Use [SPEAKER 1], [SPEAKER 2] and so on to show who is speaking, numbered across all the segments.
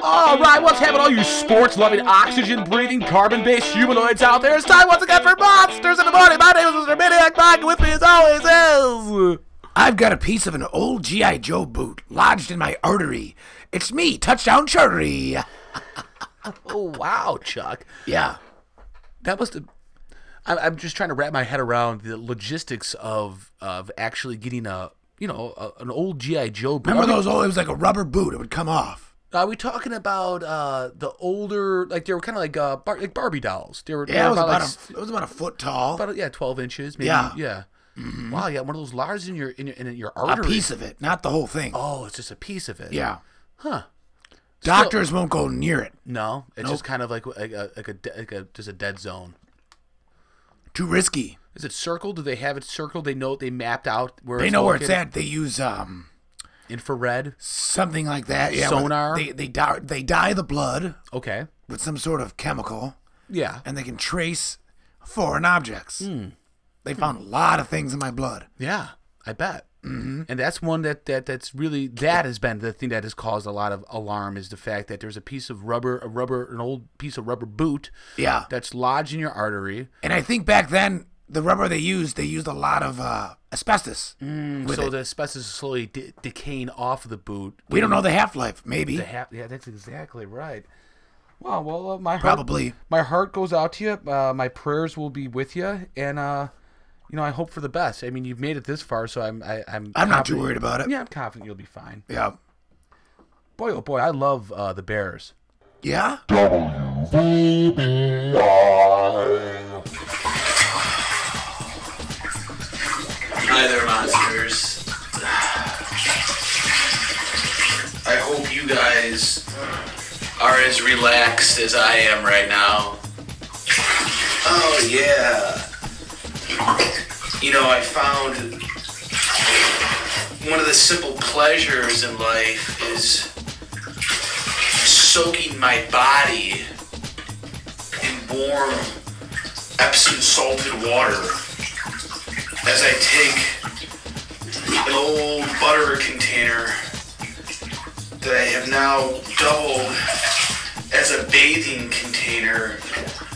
[SPEAKER 1] All right, what's happening, all you sports-loving, oxygen-breathing, carbon-based humanoids out there? It's time once again for Monsters in the Morning. My name is Mr. Maniac Mike, and with me as always is...
[SPEAKER 2] I've got a piece of an old G.I. Joe boot lodged in my artery. It's me, Touchdown Chartery.
[SPEAKER 1] Oh, wow, Chuck.
[SPEAKER 2] Yeah.
[SPEAKER 1] That must have... I'm, I'm just trying to wrap my head around the logistics of of actually getting a, you know, a, an old G.I. Joe boot.
[SPEAKER 2] Remember
[SPEAKER 1] Are we-
[SPEAKER 2] those old, it was like a rubber boot. It would come off.
[SPEAKER 1] Are we talking about uh, the older, like they were kind of like uh, bar- like Barbie dolls? They were they were
[SPEAKER 2] Yeah, it was,
[SPEAKER 1] about,
[SPEAKER 2] about
[SPEAKER 1] like,
[SPEAKER 2] a, it was about a foot tall.
[SPEAKER 1] about yeah, twelve inches. Maybe. Yeah,
[SPEAKER 2] Yeah.
[SPEAKER 1] yeah.
[SPEAKER 2] Mm-hmm.
[SPEAKER 1] Wow, you got one of those lars in your in your, in your
[SPEAKER 2] a
[SPEAKER 1] artery.
[SPEAKER 2] piece of it, not the whole thing.
[SPEAKER 1] Oh, it's just a piece of it.
[SPEAKER 2] Yeah.
[SPEAKER 1] Huh.
[SPEAKER 2] Doctors won't go near it.
[SPEAKER 1] No, it's just kind of like like a, like a de- like a just a dead zone.
[SPEAKER 2] Too risky.
[SPEAKER 1] Is it circled? Do they have it circled? They know they mapped out where
[SPEAKER 2] They
[SPEAKER 1] it's
[SPEAKER 2] know where it's
[SPEAKER 1] located?
[SPEAKER 2] at. They use um
[SPEAKER 1] Infrared.
[SPEAKER 2] something like that. Yeah, where
[SPEAKER 1] Sonar?
[SPEAKER 2] They they dye, they dye the blood
[SPEAKER 1] Okay.
[SPEAKER 2] with some sort of chemical,
[SPEAKER 1] Yeah.
[SPEAKER 2] and they can trace foreign objects.
[SPEAKER 1] Hmm.
[SPEAKER 2] They found a lot of things in my blood.
[SPEAKER 1] Yeah, I bet. Mm-hmm. And that's one that, that that's really that has been the thing that has caused a lot of alarm is the fact that there's a piece of rubber, a rubber, an old piece of rubber boot
[SPEAKER 2] Yeah,
[SPEAKER 1] that's lodged in your artery.
[SPEAKER 2] and I think back then the rubber they used, they used a lot of uh, asbestos. with
[SPEAKER 1] so
[SPEAKER 2] it.
[SPEAKER 1] the asbestos is slowly de- decaying off of the boot.
[SPEAKER 2] we don't know the half life. Maybe
[SPEAKER 1] The hap- yeah, that's exactly right. Wow. Well, uh, my heart,
[SPEAKER 2] Probably.
[SPEAKER 1] my heart goes out to you. Uh, my prayers will be with you, and uh, you know I hope for the best. I mean, you've made it this far, so I'm I, I'm
[SPEAKER 2] I'm not too
[SPEAKER 1] confident-
[SPEAKER 2] worried about it.
[SPEAKER 1] Yeah, I'm confident you'll be fine.
[SPEAKER 2] yeah,
[SPEAKER 1] Boy, oh boy, I love uh, the Bears.
[SPEAKER 2] yeah.
[SPEAKER 3] WBBI.
[SPEAKER 4] Hi there, monsters. I hope you guys are as relaxed as I am right now. Oh, yeah. You know, I found one of the simple pleasures in life is soaking my body in warm Epsom salted water as I take an old butter container that I have now doubled as a bathing container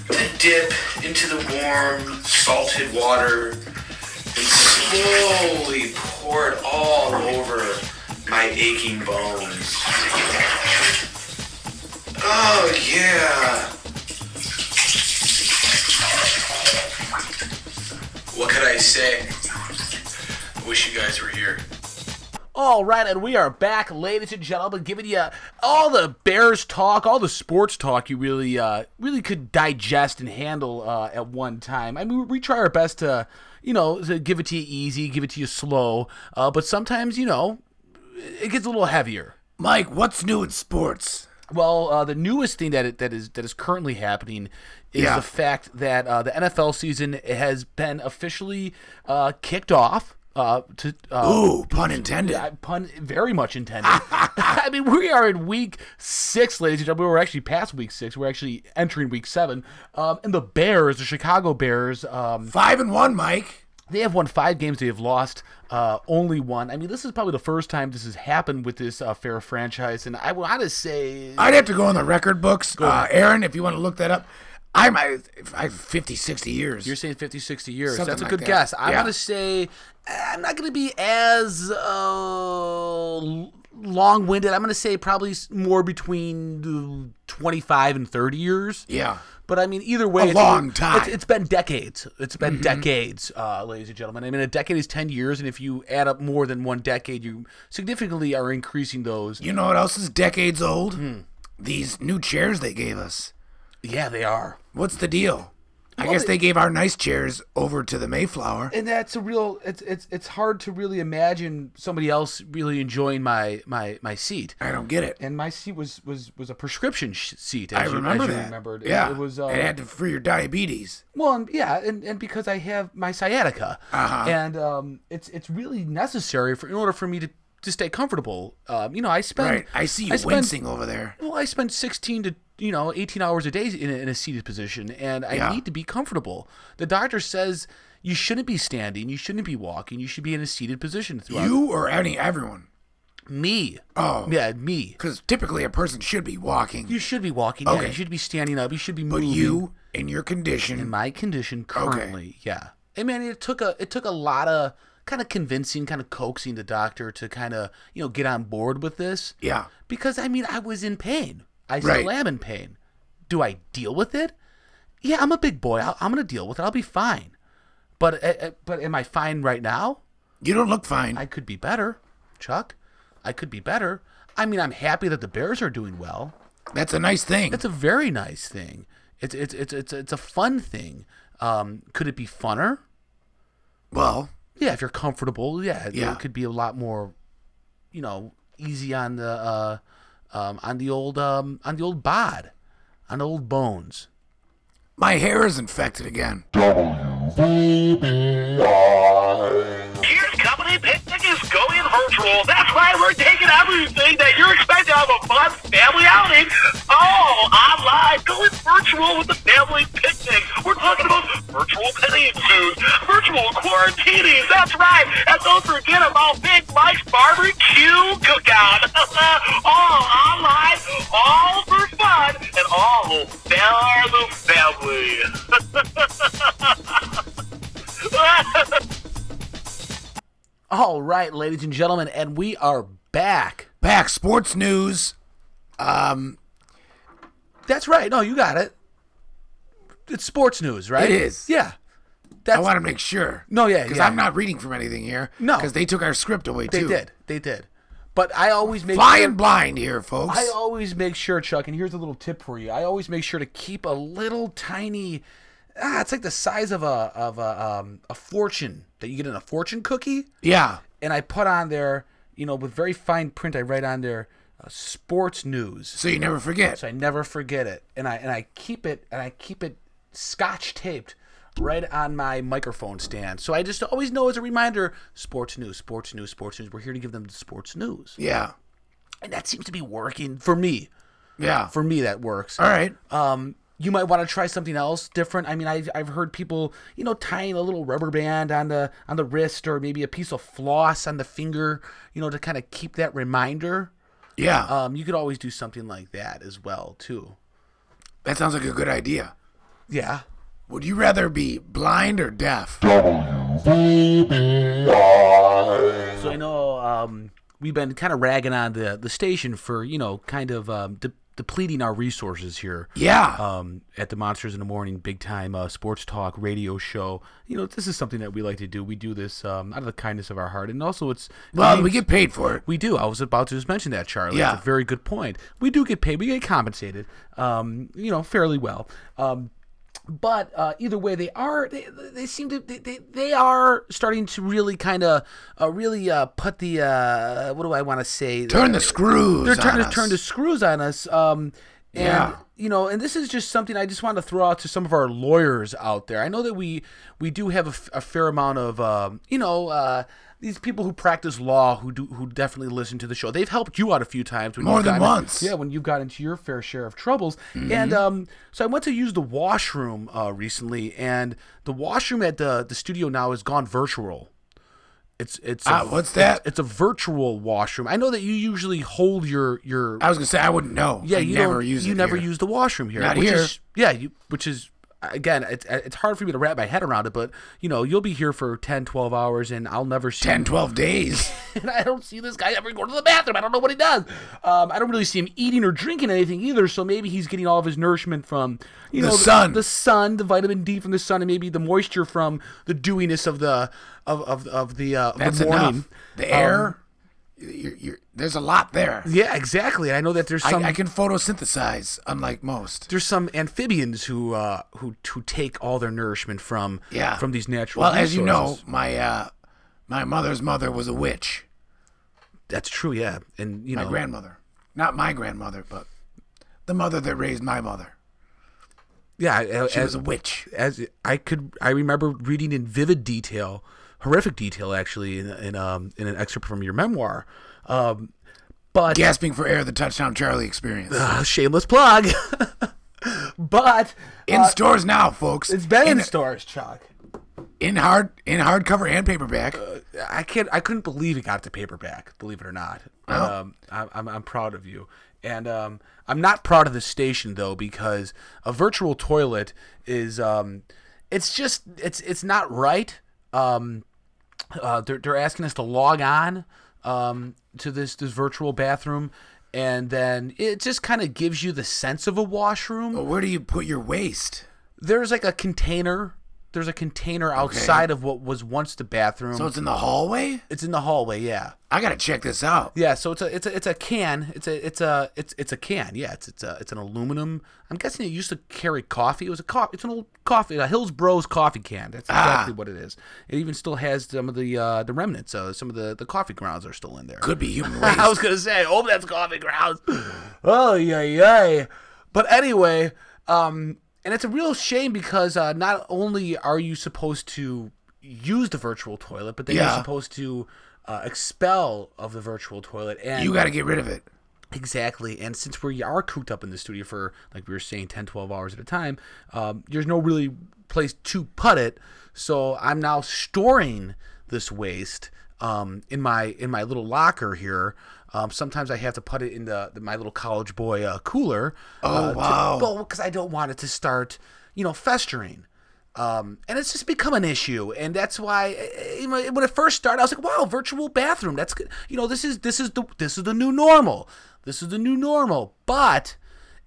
[SPEAKER 4] to dip into the warm salted water and slowly pour it all over my aching bones. Oh yeah. What could I say? I wish you guys were here.
[SPEAKER 1] All right, and we are back, ladies and gentlemen, giving you all the Bears talk, all the sports talk you really, uh, really could digest and handle uh, at one time. I mean, we try our best to, you know, to give it to you easy, give it to you slow, uh, but sometimes, you know, it gets a little heavier.
[SPEAKER 2] Mike, what's new in sports?
[SPEAKER 1] Well, uh, the newest thing that it, that is that is currently happening is
[SPEAKER 2] Yeah.
[SPEAKER 1] the fact that uh, the NFL season has been officially uh, kicked off. Uh, to uh,
[SPEAKER 2] Ooh, pun intended.
[SPEAKER 1] I pun very much intended. I mean, we are in week six, ladies and gentlemen. We're actually past week six. We're actually entering week seven. Um, and the Bears, the Chicago Bears, um,
[SPEAKER 2] Five and one, Mike.
[SPEAKER 1] they have won five games. They have lost uh, only one. I mean, this is probably the first time this has happened with this uh, fair franchise. And I want to say,
[SPEAKER 2] I'd have to go in the record books. Uh, Aaron, if you want to look that up, I'm I, I'm 50, 60 years.
[SPEAKER 1] you're saying 50, 60 years.
[SPEAKER 2] Something
[SPEAKER 1] That's a
[SPEAKER 2] like
[SPEAKER 1] good
[SPEAKER 2] that.
[SPEAKER 1] guess. I'm
[SPEAKER 2] Yeah.
[SPEAKER 1] going to say, I'm not going to be as uh, long winded. I'm going to say probably s- more between uh, 25 and 30 years.
[SPEAKER 2] yeah.
[SPEAKER 1] But I mean, either way,
[SPEAKER 2] A long time. Mm-hmm.
[SPEAKER 1] It's, it's been decades. It's been decades, uh, ladies and gentlemen. I mean, a decade is ten years, and if you add up more than one decade, you significantly are increasing those.
[SPEAKER 2] You know what else is decades old?
[SPEAKER 1] Hmm.
[SPEAKER 2] These new chairs they gave us.
[SPEAKER 1] Yeah, they are,
[SPEAKER 2] What's the deal? I guess they gave our nice chairs over to the Mayflower.
[SPEAKER 1] and that's a real. It's it's it's hard to really imagine somebody else really enjoying my my my seat.
[SPEAKER 2] I don't get it.
[SPEAKER 1] And my seat was was was a prescription sh- seat. As
[SPEAKER 2] I
[SPEAKER 1] you- as
[SPEAKER 2] remember
[SPEAKER 1] you
[SPEAKER 2] that.
[SPEAKER 1] remembered. It-
[SPEAKER 2] Yeah,
[SPEAKER 1] it, was. Uh,
[SPEAKER 2] had to for your diabetes.
[SPEAKER 1] Well, and, yeah, and, and because I have my sciatica,
[SPEAKER 2] Uh-huh.
[SPEAKER 1] and um, it's it's really necessary for in order for me to, to stay comfortable. Um, you know, I spend
[SPEAKER 2] Right, I see you
[SPEAKER 1] I spend-
[SPEAKER 2] wincing over there.
[SPEAKER 1] well, I spend sixteen to you know eighteen hours a day in a, in a seated position, and I
[SPEAKER 2] Yeah.
[SPEAKER 1] need to be comfortable. The doctor says you shouldn't be standing, you shouldn't be walking, you should be in a seated position throughout.
[SPEAKER 2] You or any everyone?
[SPEAKER 1] Me.
[SPEAKER 2] Oh.
[SPEAKER 1] Yeah, me.
[SPEAKER 2] Because typically a person should be walking,
[SPEAKER 1] You should be walking. Yeah,
[SPEAKER 2] Okay.
[SPEAKER 1] you should be standing up. You should be
[SPEAKER 2] but
[SPEAKER 1] moving.
[SPEAKER 2] you, in your
[SPEAKER 1] in
[SPEAKER 2] condition,
[SPEAKER 1] my condition currently, yeah. I mean, it took a it took a lot of kind of convincing, kind of coaxing the doctor to kind of you know get on board with this
[SPEAKER 2] yeah,
[SPEAKER 1] because I mean I was in pain. I still
[SPEAKER 2] Right.
[SPEAKER 1] am in pain. Do I deal with it? Yeah, I'm a big boy. i I'm gonna deal with it. I'll be fine. But uh, uh, but am I fine right now?
[SPEAKER 2] you don't look fine.
[SPEAKER 1] I could be better, Chuck. I could be better. I mean, I'm happy that the Bears are doing well.
[SPEAKER 2] That's a nice thing.
[SPEAKER 1] It's a very nice thing. It's it's it's it's it's a fun thing. Um, could it be funner?
[SPEAKER 2] Well,
[SPEAKER 1] Yeah, if you're comfortable, yeah, it-
[SPEAKER 2] Yeah.
[SPEAKER 1] it could be a lot more, you know, easy on the uh, um, on the old um, on the old bod, on the old bones.
[SPEAKER 2] my hair is infected again.
[SPEAKER 3] WBBI.
[SPEAKER 5] Beer Company Picnic is going virtual. That's why we're taking everything that you're expecting out of a fun family outing all online. Going virtual with the family picnic. We're talking about virtual petting zoos, virtual quarantining. That's right. And don't forget about Big Mike's barbecue cookout. all online, all for fun, and all for the family.
[SPEAKER 1] All right, ladies and gentlemen, and we are back.
[SPEAKER 2] Back sports news. Um,
[SPEAKER 1] That's right. No, you got it. It's sports news, right?
[SPEAKER 2] It is.
[SPEAKER 1] Yeah.
[SPEAKER 2] I
[SPEAKER 1] That's
[SPEAKER 2] want to make sure.
[SPEAKER 1] no, yeah,
[SPEAKER 2] because
[SPEAKER 1] yeah.
[SPEAKER 2] I'm not reading from anything here.
[SPEAKER 1] No.
[SPEAKER 2] because they took our script away
[SPEAKER 1] They
[SPEAKER 2] too.
[SPEAKER 1] did. They did. But I always make sure-
[SPEAKER 2] Flying blind here, folks.
[SPEAKER 1] I always make sure, Chuck, and here's a little tip for you. I always make sure to keep a little tiny. Ah, it's like the size of a of a um, a fortune that you get in a fortune cookie,
[SPEAKER 2] yeah,
[SPEAKER 1] and I put on there, you know, with very fine print. I write on there, uh, sports news,
[SPEAKER 2] so you never forget.
[SPEAKER 1] so I never forget it, and I and I keep it and I keep it scotch taped right on my microphone stand, so I just always know as a reminder, sports news, sports news, sports news. We're here to give them the sports news,
[SPEAKER 2] yeah,
[SPEAKER 1] and that seems to be working for me.
[SPEAKER 2] yeah.
[SPEAKER 1] For me, that works
[SPEAKER 2] All right.
[SPEAKER 1] um, you might want to try something else different. I mean, I've, I've heard people, you know, tying a little rubber band on the on the wrist or maybe a piece of floss on the finger, you know, to kind of keep that reminder.
[SPEAKER 2] yeah,
[SPEAKER 1] Um, you could always do something like that as well, too.
[SPEAKER 2] that sounds like a good idea.
[SPEAKER 1] Yeah.
[SPEAKER 2] Would you rather be blind or deaf?
[SPEAKER 3] WBBI.
[SPEAKER 1] So I know um, we've been kind of ragging on the the station for you know kind of um, de- depleting our resources here.
[SPEAKER 2] Yeah,
[SPEAKER 1] um, at the Monsters in the Morning big time uh, sports talk radio show. You know, this is something that we like to do. We do this um, out of the kindness of our heart, and also it's
[SPEAKER 2] well, we get paid for it.
[SPEAKER 1] we do. I was about to just mention that, Charlie.
[SPEAKER 2] Yeah.
[SPEAKER 1] That's a very good point. We do get paid. We get compensated, um, you know, fairly well. Um, but uh, either way, they are they, they seem to they, they, they are starting to really kind of uh, really uh, put the uh, what do I want to say
[SPEAKER 2] Turn the screws.
[SPEAKER 1] they're trying
[SPEAKER 2] on
[SPEAKER 1] to
[SPEAKER 2] us.
[SPEAKER 1] turn the screws on us. Um, and,
[SPEAKER 2] Yeah.
[SPEAKER 1] You know, and this is just something I just want to throw out to some of our lawyers out there. I know that we we do have a, f- a fair amount of um, you know uh, these people who practice law who do who definitely listen to the show. They've helped you out a few times when
[SPEAKER 2] More
[SPEAKER 1] you've
[SPEAKER 2] than
[SPEAKER 1] gotten-
[SPEAKER 2] once. Mm-hmm.
[SPEAKER 1] Yeah, when you've got into your fair share of troubles. And um, so I went to use the washroom uh, recently, and the washroom at the the studio now has gone virtual. It's it's
[SPEAKER 2] Ah, what's that?
[SPEAKER 1] It's, it's a virtual washroom. I know that you usually hold your your
[SPEAKER 2] I was gonna say I wouldn't know.
[SPEAKER 1] yeah,
[SPEAKER 2] I
[SPEAKER 1] you
[SPEAKER 2] never
[SPEAKER 1] don't-
[SPEAKER 2] use
[SPEAKER 1] you
[SPEAKER 2] it
[SPEAKER 1] never
[SPEAKER 2] here.
[SPEAKER 1] use the washroom here.
[SPEAKER 2] Not
[SPEAKER 1] which
[SPEAKER 2] here.
[SPEAKER 1] is- yeah, you, which is again, it's it's hard for me to wrap my head around it, but you know, you'll be here for 10, 12 hours, and I'll never see.
[SPEAKER 2] 10, 12 days.
[SPEAKER 1] And I don't see this guy ever go to the bathroom. I don't know what he does. Um, I don't really see him eating or drinking anything either. So maybe he's getting all of his nourishment from you
[SPEAKER 2] The
[SPEAKER 1] know
[SPEAKER 2] sun.
[SPEAKER 1] the, sun, the vitamin D from the sun, and maybe the moisture from the dewiness of the of of, of the uh, of
[SPEAKER 2] That's
[SPEAKER 1] the morning. Um,
[SPEAKER 2] enough. The air. you're, you're, there's a lot there.
[SPEAKER 1] Yeah, exactly. I know that there's some
[SPEAKER 2] I, I can photosynthesize, unlike most.
[SPEAKER 1] there's some amphibians who uh, who who take all their nourishment from
[SPEAKER 2] Yeah.
[SPEAKER 1] from these natural.
[SPEAKER 2] Well, as you know,
[SPEAKER 1] resources.
[SPEAKER 2] my uh, my mother's mother was a witch.
[SPEAKER 1] that's true. Yeah, and you
[SPEAKER 2] My
[SPEAKER 1] know,
[SPEAKER 2] grandmother, not my grandmother, but the mother that raised my mother.
[SPEAKER 1] yeah, a-
[SPEAKER 2] She was
[SPEAKER 1] as
[SPEAKER 2] a witch.
[SPEAKER 1] as I could, I remember reading in vivid detail, horrific detail actually, in in, um, in an excerpt from your memoir. Um, but
[SPEAKER 2] Gasping for air, the touchdown Charlie experience.
[SPEAKER 1] uh, shameless plug. but
[SPEAKER 2] in stores now, folks.
[SPEAKER 1] it's been in,
[SPEAKER 2] in,
[SPEAKER 1] stores, Chuck.
[SPEAKER 2] in hard in hardcover and paperback.
[SPEAKER 1] I can't. I couldn't believe it got to paperback. Believe it or not. Um, I, I'm, I'm proud of you. And um, I'm not proud of the station though because a virtual toilet is um, it's just it's it's not right. Um, uh, they're, they're asking us to log on um, to this this virtual bathroom, and then it just kind of gives you the sense of a washroom
[SPEAKER 2] But where do you put your waste?
[SPEAKER 1] there's like a container. There's a container outside of what was once the bathroom.
[SPEAKER 2] So it's in the hallway?
[SPEAKER 1] it's in the hallway, yeah,
[SPEAKER 2] I gotta check this out.
[SPEAKER 1] yeah. So it's a it's a it's a can. It's a it's a it's it's a can. Yeah, it's it's a it's an aluminum. I'm guessing it used to carry coffee. It was a co- It's an old coffee, a Hills Bros coffee can. That's exactly what it is. It even still has some of the uh, the remnants. Uh, some of the the coffee grounds are still in there.
[SPEAKER 2] Could be human
[SPEAKER 1] I
[SPEAKER 2] waste.
[SPEAKER 1] was gonna say, oh, that's coffee grounds. Oh yeah, yeah. But anyway, um, and it's a real shame because uh, not only are you supposed to use the virtual toilet, but then you're
[SPEAKER 2] Yeah.
[SPEAKER 1] supposed to uh, expel of the virtual toilet. And
[SPEAKER 2] you gotta get rid of it.
[SPEAKER 1] Exactly. And since we are cooped up in the studio for, like we were saying, 10, 12 hours at a time, um, there's no really place to put it. So I'm now storing this waste um, in my in my little locker here. Um, sometimes I have to put it in the, the my little college boy uh, cooler.
[SPEAKER 2] Oh, wow.
[SPEAKER 1] because I don't want it to start, you know, festering. Um, and it's just become an issue, and that's why eh, eh, when it first started, I was like, "Wow, virtual bathroom. That's good. You know, this is this is the this is the new normal. This is the new normal." But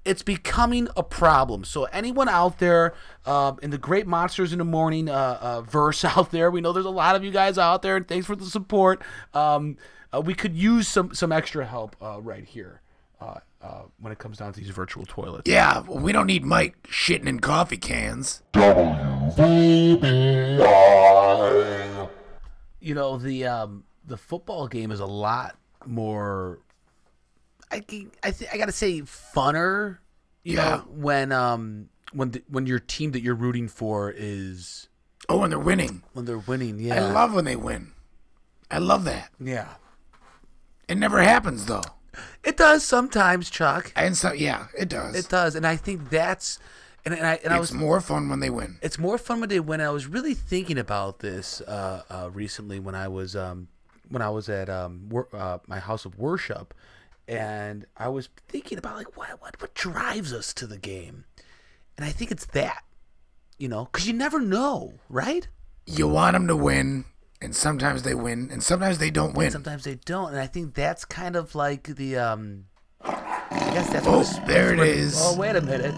[SPEAKER 1] it's becoming a problem. So anyone out there um, in the Great Monsters in the Morning uh, uh, verse out there, we know there's a lot of you guys out there, and thanks for the support. Um, uh, we could use some some extra help uh, right here uh, uh, when it comes down to these virtual toilets.
[SPEAKER 2] Yeah, well, we don't need Mike shitting in coffee cans.
[SPEAKER 3] WBBI.
[SPEAKER 1] you know the um, the football game is a lot more. I g- I th- I gotta say funner. You
[SPEAKER 2] Yeah.
[SPEAKER 1] know, when um when the, when your team that you're rooting for is
[SPEAKER 2] Oh, and they're winning.
[SPEAKER 1] when they're winning. Yeah.
[SPEAKER 2] I love when they win. I love that.
[SPEAKER 1] yeah.
[SPEAKER 2] It never happens though.
[SPEAKER 1] It does sometimes, Chuck.
[SPEAKER 2] And so yeah, it does.
[SPEAKER 1] It does, and I think that's and, and I and I
[SPEAKER 2] it's
[SPEAKER 1] was
[SPEAKER 2] more fun when they win.
[SPEAKER 1] it's more fun when they win. I was really thinking about this uh, uh, recently when I was um, when I was at um, wor- uh, my house of worship, and I was thinking about like what what what drives us to the game, and I think it's that, you know, because you never know, right?
[SPEAKER 2] You want them to win, and sometimes they win, and sometimes they don't win.
[SPEAKER 1] Sometimes they don't, and I think that's kind of like the um. I guess that's
[SPEAKER 2] Oh,
[SPEAKER 1] what the-
[SPEAKER 2] there it is.
[SPEAKER 1] Oh wait a minute!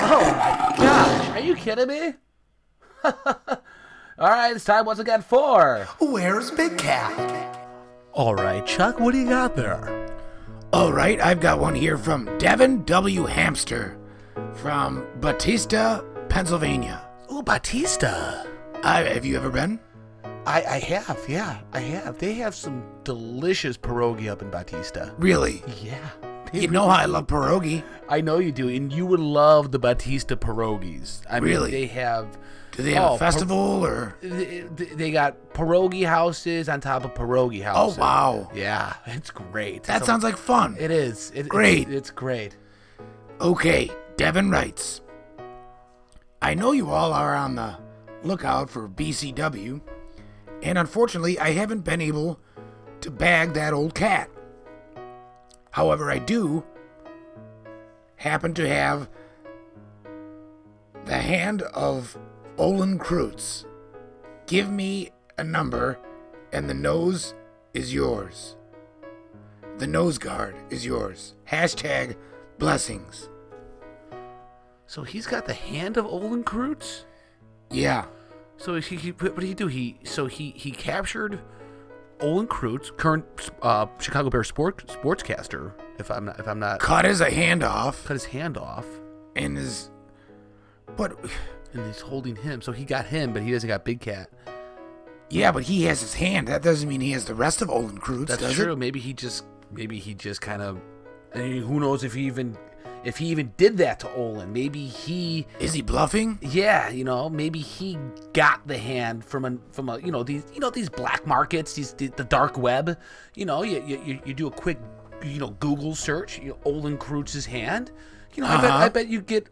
[SPEAKER 1] Oh my gosh! Are you kidding me? All right, it's time once again for.
[SPEAKER 2] Where's Big Cat?
[SPEAKER 1] All right, Chuck, what do you got there?
[SPEAKER 2] All right, I've got one here from Devin W. Hamster from Batista, Pennsylvania.
[SPEAKER 1] Ooh, Batista.
[SPEAKER 2] I, have you ever been?
[SPEAKER 1] I, I have, yeah, I have. They have some delicious pierogi up in Batista.
[SPEAKER 2] Really?
[SPEAKER 1] Yeah.
[SPEAKER 2] You know how I love pierogi.
[SPEAKER 1] I know you do, and you would love the Batista pierogies. I
[SPEAKER 2] Really?
[SPEAKER 1] mean, they have.
[SPEAKER 2] Do they have
[SPEAKER 1] Oh,
[SPEAKER 2] a
[SPEAKER 1] pier-
[SPEAKER 2] festival or?
[SPEAKER 1] They, they got pierogi houses on top of pierogi
[SPEAKER 2] Oh
[SPEAKER 1] houses.
[SPEAKER 2] wow,
[SPEAKER 1] Yeah, it's great.
[SPEAKER 2] that
[SPEAKER 1] So-
[SPEAKER 2] sounds like fun.
[SPEAKER 1] It is. It, it's-
[SPEAKER 2] Great.
[SPEAKER 1] It's, great.
[SPEAKER 2] Okay, Devin writes I know you all are on the lookout for BCW, and unfortunately, I haven't been able to bag that old cat. However, I do happen to have the hand of Olin Kreutz. Give me a number, and the nose is yours. The nose guard is yours. Hashtag blessings.
[SPEAKER 1] So he's got the hand of Olin Kreutz.
[SPEAKER 2] Yeah.
[SPEAKER 1] So he, he what did he do? He so he he captured Olin Kreutz, current uh, Chicago Bears sport sportscaster. If I'm not if I'm not
[SPEAKER 2] cut his hand off
[SPEAKER 1] cut his hand off
[SPEAKER 2] and is but
[SPEAKER 1] and he's holding him, so he got him, but he doesn't got Big Cat.
[SPEAKER 2] yeah but he has his hand that doesn't mean he has the rest of olin Kreutz,
[SPEAKER 1] That's
[SPEAKER 2] does
[SPEAKER 1] true.
[SPEAKER 2] it
[SPEAKER 1] Maybe he just maybe he just kind of. I mean, who knows if he even if he even did that to Olin? Maybe he
[SPEAKER 2] is he bluffing
[SPEAKER 1] Yeah, you know, maybe he got the hand from a from a you know these you know these black markets, these the, the dark web. You know, you, you you- you do a quick you know Google search, you know, Olin Kreutz's hand. You know, I bet
[SPEAKER 2] Uh-huh.
[SPEAKER 1] I bet you get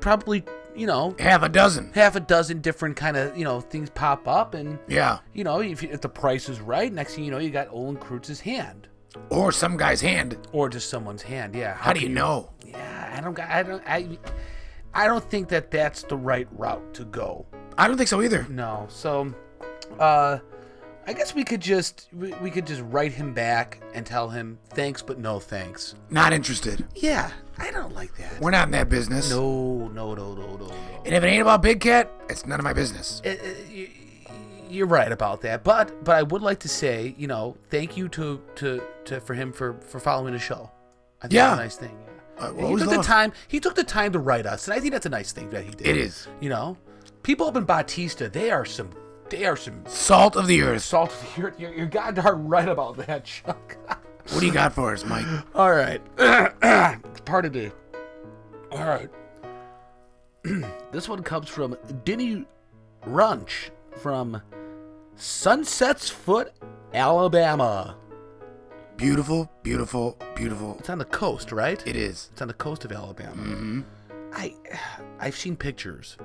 [SPEAKER 1] probably you know
[SPEAKER 2] half a dozen
[SPEAKER 1] half a dozen different kind of you know things pop up, and
[SPEAKER 2] yeah
[SPEAKER 1] you know if, if the price is right, next thing you know you got Olin Kreutz's hand.
[SPEAKER 2] or some guy's hand.
[SPEAKER 1] or just someone's hand. Yeah.
[SPEAKER 2] How do you know?
[SPEAKER 1] Yeah, I don't. got- I don't. I. I don't think that that's the right route to go.
[SPEAKER 2] I don't think so either.
[SPEAKER 1] No. So, uh, I guess we could just we, we could just write him back and tell him thanks, but no thanks.
[SPEAKER 2] Not interested.
[SPEAKER 1] Yeah, I don't like that.
[SPEAKER 2] We're not in that business.
[SPEAKER 1] No, no, no, no, no, no.
[SPEAKER 2] And if it ain't about Big Cat, it's none of my business.
[SPEAKER 1] Uh, you- You're right about that, but but I would like to say, you know, thank you to to, to for him for for following the show. I think
[SPEAKER 2] Yeah.
[SPEAKER 1] that's a nice thing. Yeah.
[SPEAKER 2] Uh,
[SPEAKER 1] And he
[SPEAKER 2] always
[SPEAKER 1] took the
[SPEAKER 2] love.
[SPEAKER 1] time. He took the time to write us, and I think that's a nice thing that he did.
[SPEAKER 2] It is.
[SPEAKER 1] You know, people up in Batista, they are some, they are some
[SPEAKER 2] Salt of the earth.
[SPEAKER 1] salt. You're you're, you're goddamn right about that, Chuck.
[SPEAKER 2] What do you got for us, Mike?
[SPEAKER 1] All right. Pardon me. All right. this one comes from Denny Runch from Sunset's Foot, Alabama.
[SPEAKER 2] Beautiful, beautiful, beautiful.
[SPEAKER 1] It's on the coast, right?
[SPEAKER 2] It is.
[SPEAKER 1] It's on the coast of Alabama. Mm-hmm. I, I've seen pictures.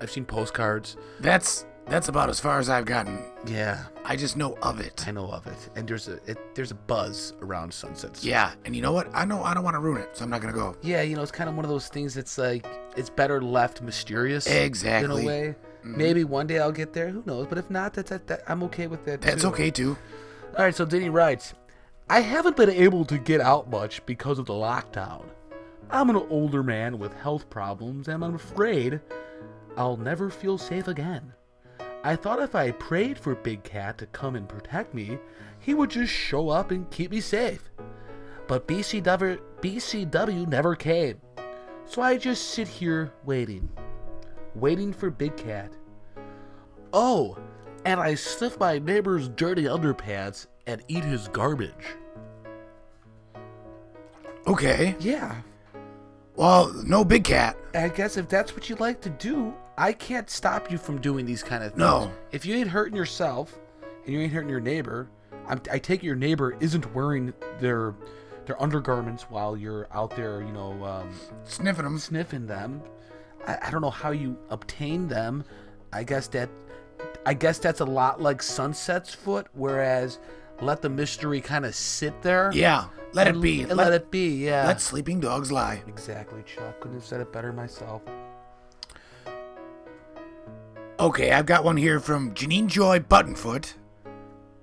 [SPEAKER 1] I've seen postcards.
[SPEAKER 2] That's that's about as far as I've gotten.
[SPEAKER 1] Yeah,
[SPEAKER 2] I just know of it.
[SPEAKER 1] I know of it. And there's a it, there's a buzz around Sunset's.
[SPEAKER 2] Yeah, and you know what? I know I don't want to ruin it, so I'm not gonna go.
[SPEAKER 1] Yeah, you know, it's kind of one of those things that's like it's better left mysterious. In
[SPEAKER 2] Exactly. Mm-hmm.
[SPEAKER 1] a way. Maybe one day I'll get there. Who knows? But if not, that's that, that I'm okay with that.
[SPEAKER 2] That's
[SPEAKER 1] too.
[SPEAKER 2] okay too.
[SPEAKER 1] All right. So Denny writes, I haven't been able to get out much because of the lockdown. I'm an older man with health problems, and I'm afraid I'll never feel safe again. I thought if I prayed for Big Cat to come and protect me, he would just show up and keep me safe. But BCW, BCW never came. So I just sit here waiting. Waiting for Big Cat. Oh, and I sniff my neighbor's dirty underpants and eat his garbage.
[SPEAKER 2] Okay.
[SPEAKER 1] Yeah,
[SPEAKER 2] Well, no big cat.
[SPEAKER 1] I guess if that's what you like to do, I can't stop you from doing these kind of things.
[SPEAKER 2] No.
[SPEAKER 1] If you ain't hurting yourself and you ain't hurting your neighbor, I'm, I take it your neighbor isn't wearing their their undergarments while you're out there, you know, um,
[SPEAKER 2] Sniffing them.
[SPEAKER 1] sniffing them. I, I don't know how you obtain them. I guess that I guess that's a lot like Sunset's Foot, whereas let the mystery kind of sit there.
[SPEAKER 2] Yeah. Let it
[SPEAKER 1] And-
[SPEAKER 2] be.
[SPEAKER 1] and let, it be. Yeah.
[SPEAKER 2] let sleeping dogs lie.
[SPEAKER 1] exactly, Chuck. Couldn't have said it better myself.
[SPEAKER 2] Okay, I've got one here from Janine Joy Buttonfoot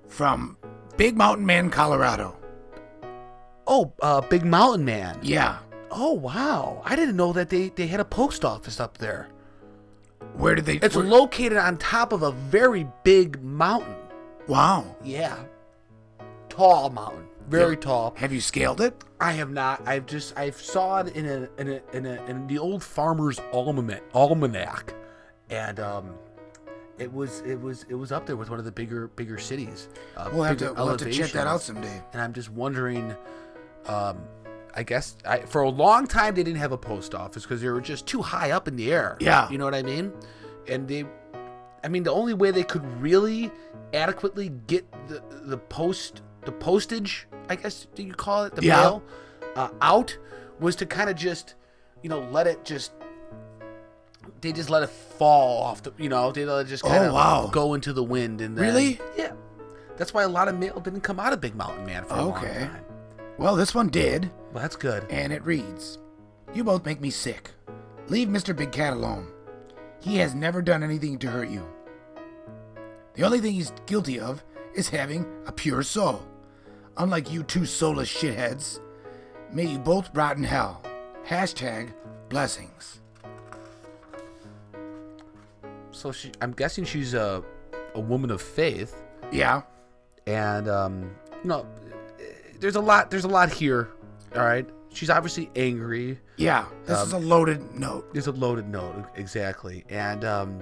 [SPEAKER 2] from Big Mountain Man, Colorado.
[SPEAKER 1] Oh, uh, Big Mountain Man.
[SPEAKER 2] Yeah.
[SPEAKER 1] Oh wow, I didn't know that they they had a post office up there.
[SPEAKER 2] Where did they?
[SPEAKER 1] It's
[SPEAKER 2] where-
[SPEAKER 1] located on top of a very big mountain.
[SPEAKER 2] wow.
[SPEAKER 1] Yeah, tall mountain, very
[SPEAKER 2] Yeah.
[SPEAKER 1] tall.
[SPEAKER 2] Have you scaled it?
[SPEAKER 1] I have not. I've just I've saw it in a in a in, a, in the old farmer's almanac almanac, and um, it was it was it was up there with one of the bigger bigger cities. Uh,
[SPEAKER 2] We'll have
[SPEAKER 1] bigger
[SPEAKER 2] to we'll have to check that out
[SPEAKER 1] elevations.
[SPEAKER 2] someday.
[SPEAKER 1] And I'm just wondering, um, I guess I, for a long time they didn't have a post office because they were just too high up in the air.
[SPEAKER 2] Yeah.
[SPEAKER 1] you know what I mean. And they, I mean, the only way they could really adequately get the the post the postage, I guess do you call it the
[SPEAKER 2] Yeah.
[SPEAKER 1] mail, uh, out was to kind of just, you know, let it just. They just let it fall off the, you know, they let it just
[SPEAKER 2] Oh,
[SPEAKER 1] kind of
[SPEAKER 2] wow.
[SPEAKER 1] go into the wind and then,
[SPEAKER 2] Really?
[SPEAKER 1] yeah. That's why a lot of mail didn't come out of Big Mountain Man for a long
[SPEAKER 2] Okay.
[SPEAKER 1] time.
[SPEAKER 2] Well, this one did,
[SPEAKER 1] Well, that's good.
[SPEAKER 2] and it reads, "You both make me sick. Leave Mr. Big Cat alone. He has never done anything to hurt you. The only thing he's guilty of is having a pure soul. Unlike you two soulless shitheads, may you both rot in hell. Hashtag blessings.
[SPEAKER 1] So she, I'm guessing she's a, a woman of faith,
[SPEAKER 2] Yeah.
[SPEAKER 1] and um, you know, there's a lot. There's a lot here. All right. She's obviously angry.
[SPEAKER 2] Yeah. This is a loaded note.
[SPEAKER 1] There's a loaded note, exactly. And um,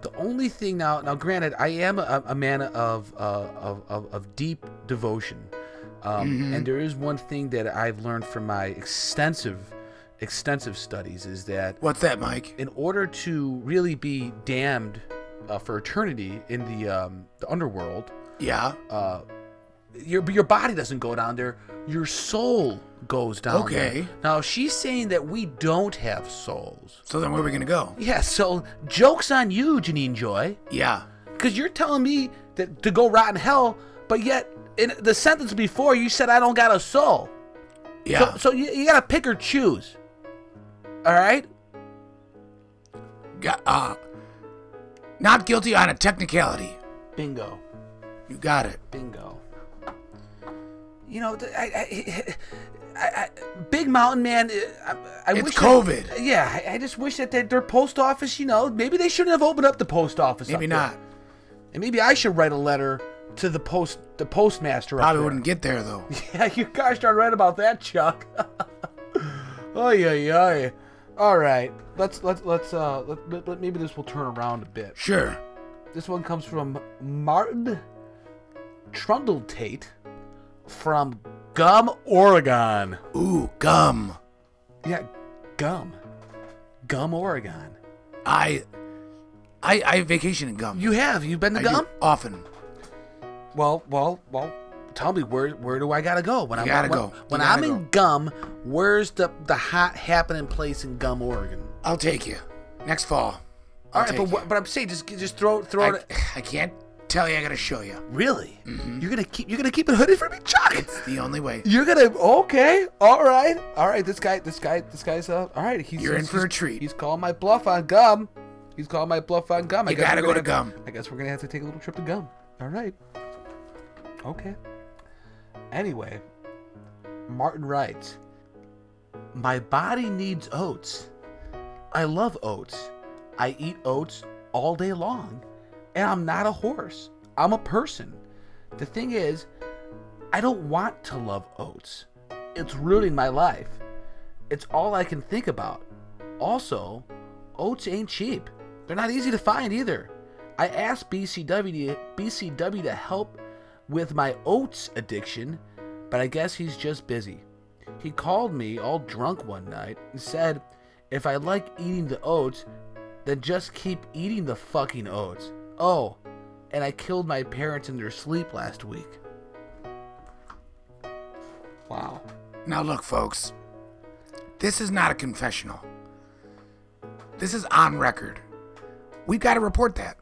[SPEAKER 1] the only thing now, now granted, I am a, a man of, uh, of, of of deep devotion, um, and there is one thing that I've learned from my extensive extensive studies is that
[SPEAKER 2] What's that, Mike?
[SPEAKER 1] in order to really be damned uh, for eternity in the um, the underworld, uh,
[SPEAKER 2] Yeah.
[SPEAKER 1] your your body doesn't go down there. Your soul goes down
[SPEAKER 2] Okay.
[SPEAKER 1] there. Now she's saying that we don't have souls.
[SPEAKER 2] So then where are we going to go?
[SPEAKER 1] Yeah. So jokes on you, Janine Joy,
[SPEAKER 2] Yeah.
[SPEAKER 1] because you're telling me that to go rot in hell, but yet in the sentence before, you said I don't got a soul.
[SPEAKER 2] Yeah.
[SPEAKER 1] So, so you, you gotta pick or choose. All right.
[SPEAKER 2] Got- uh, not guilty on a technicality.
[SPEAKER 1] Bingo.
[SPEAKER 2] You got it.
[SPEAKER 1] Bingo. You know, th- I, I, I, I, Big Mountain Man. I, I
[SPEAKER 2] It's
[SPEAKER 1] wish that-
[SPEAKER 2] COVID.
[SPEAKER 1] yeah, I, I just wish that they, their post office. You know, maybe they shouldn't have opened up the post office. up
[SPEAKER 2] Maybe
[SPEAKER 1] there.
[SPEAKER 2] not.
[SPEAKER 1] And maybe I should write a letter to the post the postmaster. up
[SPEAKER 2] Probably
[SPEAKER 1] there.
[SPEAKER 2] wouldn't get there though.
[SPEAKER 1] Yeah, you gosh darn right about that, Chuck. oh yeah, yeah. All right, let's let's let's uh let, let, let- maybe this will turn around a bit.
[SPEAKER 2] Sure.
[SPEAKER 1] This one comes from Martin Trundle Tate from Gum, Oregon.
[SPEAKER 2] Ooh, gum.
[SPEAKER 1] Yeah, Gum, Gum, Oregon.
[SPEAKER 2] I, I, I vacation in gum.
[SPEAKER 1] You have you've been to
[SPEAKER 2] I do
[SPEAKER 1] Gum?
[SPEAKER 2] often.
[SPEAKER 1] Well, well, well. Tell me where where do I gotta go when I
[SPEAKER 2] gotta
[SPEAKER 1] when,
[SPEAKER 2] go. You
[SPEAKER 1] when I'm
[SPEAKER 2] gotta
[SPEAKER 1] in Gum? Where's the the hot happening place in Gum, Oregon?
[SPEAKER 2] I'll take you next fall.
[SPEAKER 1] All
[SPEAKER 2] I'll
[SPEAKER 1] right,
[SPEAKER 2] take
[SPEAKER 1] but
[SPEAKER 2] you.
[SPEAKER 1] what, but I'm saying just just throw throw
[SPEAKER 2] I,
[SPEAKER 1] it.
[SPEAKER 2] I can't tell you. I gotta show you.
[SPEAKER 1] Really?
[SPEAKER 2] Mm-hmm.
[SPEAKER 1] You're gonna keep you're gonna keep it hooded for me, Chuck.
[SPEAKER 2] The only way.
[SPEAKER 1] You're gonna okay, all right, all right. This guy, this guy, this guy's uh, all right. He's
[SPEAKER 2] You're in
[SPEAKER 1] he's-
[SPEAKER 2] for a treat.
[SPEAKER 1] He's calling my bluff on gum. He's calling my bluff on gum. I
[SPEAKER 2] You
[SPEAKER 1] guess
[SPEAKER 2] gotta
[SPEAKER 1] we're
[SPEAKER 2] go
[SPEAKER 1] gonna-
[SPEAKER 2] to gum.
[SPEAKER 1] I guess we're gonna have to take a little trip to gum. All right. Okay. Anyway, Martin writes, "My body needs oats. I love oats. I eat oats all day long, and I'm not a horse. I'm a person. The thing is." I don't want to love oats. It's ruining my life. It's all I can think about. Also, oats ain't cheap. They're not easy to find either. I asked BCW to, BCW to help with my oats addiction, but I guess he's just busy. He called me all drunk one night and said, if I like eating the oats, then just keep eating the fucking oats. Oh, and I killed my parents in their sleep last week. Wow.
[SPEAKER 2] Now, look, folks, this is not a confessional. This is on record. We've got to report that.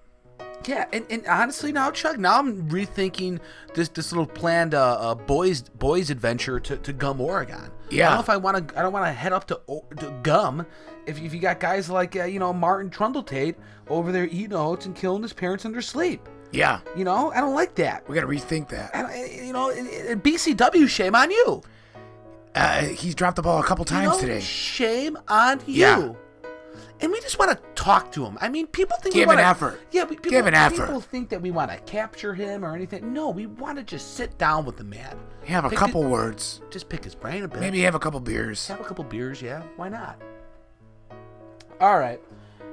[SPEAKER 1] Yeah, and, and honestly, now Chuck, now I'm rethinking this this little planned uh, uh, boys boys adventure to, to Gum, Oregon. I
[SPEAKER 2] Yeah.
[SPEAKER 1] don't know if I want to. I don't want to head up to, O- to Gum. If, if you got guys like uh, you know Martin Trundle Tate over there eating oats and killing his parents in their sleep,
[SPEAKER 2] Yeah,
[SPEAKER 1] you know, I don't like that.
[SPEAKER 2] we got to rethink that.
[SPEAKER 1] I don't, you know, and- and BCW, shame on you.
[SPEAKER 2] Uh, he's dropped the ball a couple
[SPEAKER 1] You
[SPEAKER 2] times
[SPEAKER 1] know,
[SPEAKER 2] today.
[SPEAKER 1] Shame on you.
[SPEAKER 2] Yeah.
[SPEAKER 1] And we just want to talk to him. I mean, people think we
[SPEAKER 2] Give an
[SPEAKER 1] want
[SPEAKER 2] effort.
[SPEAKER 1] Yeah, we, people,
[SPEAKER 2] Give an effort.
[SPEAKER 1] People think that we want to capture him or anything. No, we want to just sit down with the man.
[SPEAKER 2] Have a
[SPEAKER 1] Pick
[SPEAKER 2] couple
[SPEAKER 1] his-
[SPEAKER 2] words.
[SPEAKER 1] Just pick his brain a bit.
[SPEAKER 2] Maybe have a couple beers.
[SPEAKER 1] have a couple beers. Yeah, why not? All right.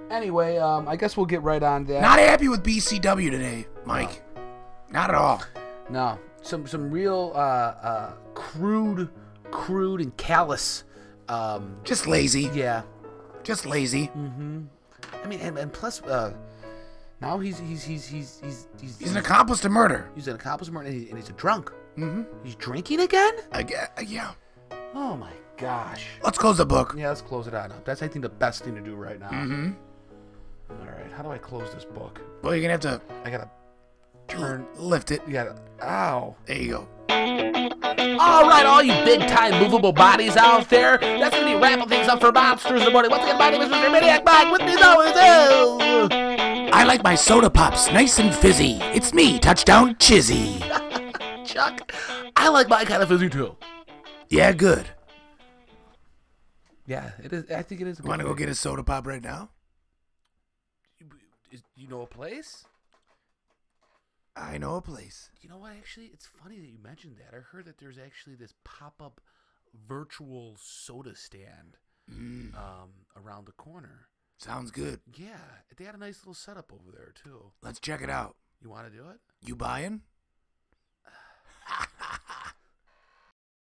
[SPEAKER 1] Anyway, um, I guess we'll get right on that.
[SPEAKER 2] Not happy with BCW today, Mike. Not at all.
[SPEAKER 1] No, some some real uh, uh, crude, crude and callous. Um,
[SPEAKER 2] Just lazy.
[SPEAKER 1] yeah,
[SPEAKER 2] Just lazy.
[SPEAKER 1] I mean, and, and plus, uh, now he's he's he's he's he's he's
[SPEAKER 2] He's an accomplice to murder.
[SPEAKER 1] he's an accomplishment, and, he, and he's a drunk.
[SPEAKER 2] Mm-hmm.
[SPEAKER 1] He's drinking again.
[SPEAKER 2] I guess, yeah.
[SPEAKER 1] Oh my gosh.
[SPEAKER 2] Let's close the book.
[SPEAKER 1] Yeah, let's close it on up. That's I think the best thing to do right now.
[SPEAKER 2] Mm-hmm.
[SPEAKER 1] All right, how do I close this book?
[SPEAKER 2] Well, you're going to have to
[SPEAKER 1] I gotta,
[SPEAKER 2] turn, lift it.
[SPEAKER 1] you gotta. Ow.
[SPEAKER 2] There you go.
[SPEAKER 1] All right, all you big time movable bodies out there, that's gonna be wrapping things up for monsters in the morning. Once again, my name is Mr. Maniac Mike. With me as always is.
[SPEAKER 2] I like my soda pops nice and fizzy. It's me, Touchdown Chizzy.
[SPEAKER 1] Chuck. I like my kind of fizzy too.
[SPEAKER 2] Yeah, good.
[SPEAKER 1] Yeah, it is. I think it is. a good
[SPEAKER 2] Want to go
[SPEAKER 1] thing.
[SPEAKER 2] get a soda pop right now?
[SPEAKER 1] Is- You know a place?
[SPEAKER 2] I know a place.
[SPEAKER 1] You know what? Actually, it's funny that you mentioned that. I heard that there's actually this pop-up virtual soda stand um, around the corner.
[SPEAKER 2] Sounds good.
[SPEAKER 1] Yeah, they had a nice little setup over there too.
[SPEAKER 2] Let's check it out.
[SPEAKER 1] You want to do it?
[SPEAKER 2] You buying?